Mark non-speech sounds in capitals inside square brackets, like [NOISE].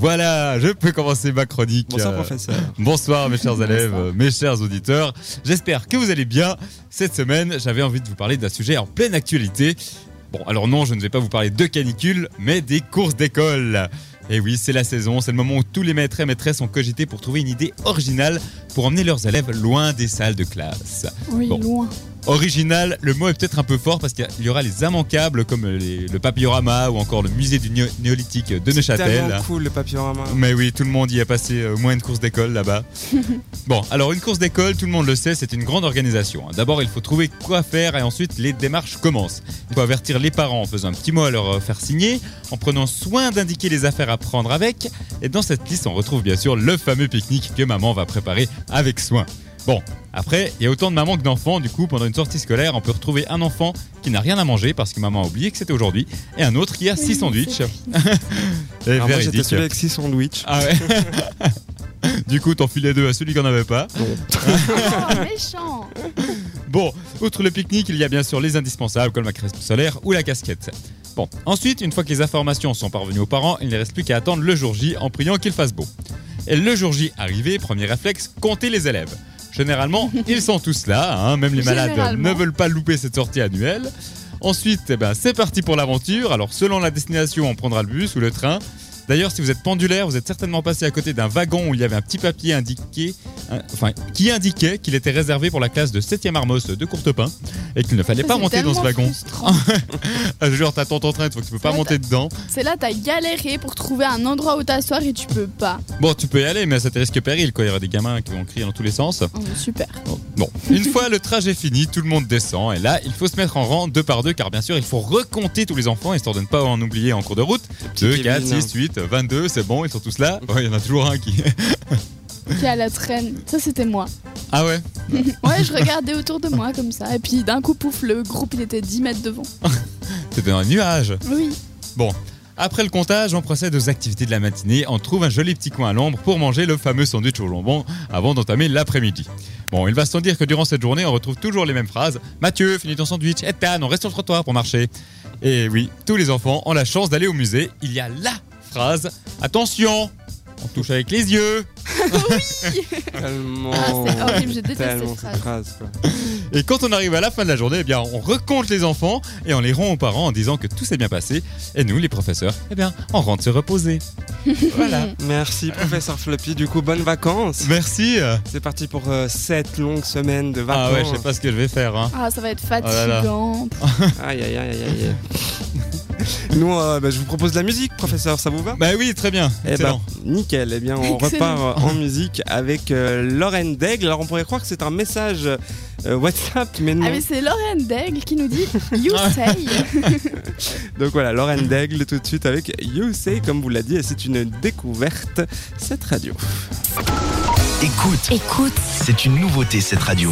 Voilà, je peux commencer ma chronique. Bonsoir, Euh, professeur. Bonsoir mes chers élèves, euh, mes chers auditeurs. J'espère que vous allez bien. Cette semaine, j'avais envie de vous parler d'un sujet en pleine actualité. Bon, alors non, je ne vais pas vous parler de canicule, mais des courses d'école. Et oui, c'est la saison, c'est le moment où tous les maîtres et maîtresses ont cogité pour trouver une idée originale pour emmener leurs élèves loin des salles de classe. Oui, Bon. loin. Original, le mot est peut-être un peu fort parce qu'il y aura les immanquables comme les- le papyrorama ou encore le musée du Néo- néolithique de Neuchâtel. Tellement cool le papyrama. Mais oui, tout le monde y a passé euh, au moins une course d'école [LAUGHS] là-bas. bon, alors une course d'école, tout le monde le sait, c'est une grande organisation. hein. D'abord, il faut trouver quoi faire et ensuite les démarches commencent. Il faut avertir les parents en faisant un petit mot à leur euh, faire signer, en prenant soin d'indiquer les affaires à prendre avec. Et dans cette liste, on retrouve bien sûr le fameux pique-nique que maman va préparer avec soin. Bon, après, il y a autant de mamans que d'enfants. Du coup, pendant une sortie scolaire, on peut retrouver un enfant qui n'a rien à manger parce que maman a oublié que c'était aujourd'hui, et un autre qui a Ah, six Oui, sandwichs. c'est [LAUGHS] Et Alors moi j'étais véridique. celui avec 6 sandwichs. Ah ouais [LAUGHS] Du coup, t'en filais deux à celui qui en avait pas. Oh, méchant Bon, outre le pique-nique, il y a bien sûr les indispensables comme la crème solaire ou la casquette. Bon, ensuite, une fois que les informations sont parvenues aux parents, il ne reste plus qu'à attendre le jour J en priant qu'il fasse beau. Et le jour J arrivé, premier réflexe, compter les élèves. Généralement, ils sont tous là, hein, même les malades Généralement. ne veulent pas louper cette sortie annuelle. Ensuite, eh ben, c'est parti pour l'aventure. Alors, selon la destination, on prendra le bus ou le train. D'ailleurs, si vous êtes pendulaire, vous êtes certainement passé à côté d'un wagon où il y avait un petit papier indiqué, hein, enfin, qui indiquait qu'il était réservé pour la classe de 7e Armos de Courtepin et qu'il ne fallait Ça, pas c'est monter dans ce tellement wagon. frustrant. Ah, Genre, t'attends ton train, il faut que tu peux pas Ouais, monter dedans. C'est là, t'as galéré pour trouver un endroit où t'asseoir et tu peux pas. Bon, tu peux y aller, mais ça te risque péril quand il y aura des gamins qui vont crier dans tous les sens. Oh, super. Bon, Bon, [LAUGHS] une fois le trajet fini, tout le monde descend et là, il faut se mettre en rang deux par deux car bien sûr, il faut recompter tous les enfants histoire de ne pas en oublier en cours de route. 2, Kevin, 4, hein. 6, 8, 22, c'est bon, ils sont tous là. Ouais, Il y en a toujours un qui. Qui est à la traîne. Ça, [LAUGHS] c'était moi. Ah ouais Ouais, je regardais autour de moi comme ça. Et puis d'un coup, pouf, le groupe, il était 10 mètres devant. C'était dans un nuage. Oui. Après le comptage, on procède aux activités de la matinée. On trouve un joli petit coin à l'ombre pour manger le fameux sandwich au jambon avant d'entamer l'après-midi. Bon, il va sans dire que durant cette journée, on retrouve toujours les mêmes phrases. Mathieu, finis ton sandwich. Ethan, on reste sur le trottoir pour marcher. Et oui, tous les enfants ont la chance d'aller au musée. Il y a la phrase. Attention, on touche avec les yeux. Tellement. Ah, c'est horrible, je déteste Tellement cette cette phrase. quoi. Et quand on arrive à la fin de la journée, eh bien, on recompte les enfants et on les rend aux parents en disant que tout s'est bien passé. Et nous, les professeurs, eh bien, on rentre se reposer. voilà. Merci professeur Floppy, du coup bonnes vacances. Merci. euh, C'est parti pour 7 longues semaines de Ah vacances. ouais, je sais pas ce que je vais faire. Hein. Ah, ça va être là Mmh. là. fatigant. Aïe aïe aïe aïe aïe. Nous, euh, bah, je vous propose de la musique, professeur, ça vous va Bah oui, très bien. Eh ben, Excellent. nickel. Eh bien, on Excellent. repart euh, en musique avec euh, Lauren Daigle. Alors, on pourrait croire que c'est un message euh, WhatsApp, mais non. Ah, mais c'est Lauren Daigle qui [LAUGHS] nous dit You say. Donc voilà, Lauren Daigle tout de suite avec You Say, comme vous l'a dit, et c'est une découverte, cette radio. Écoute, Écoute, c'est une nouveauté cette radio.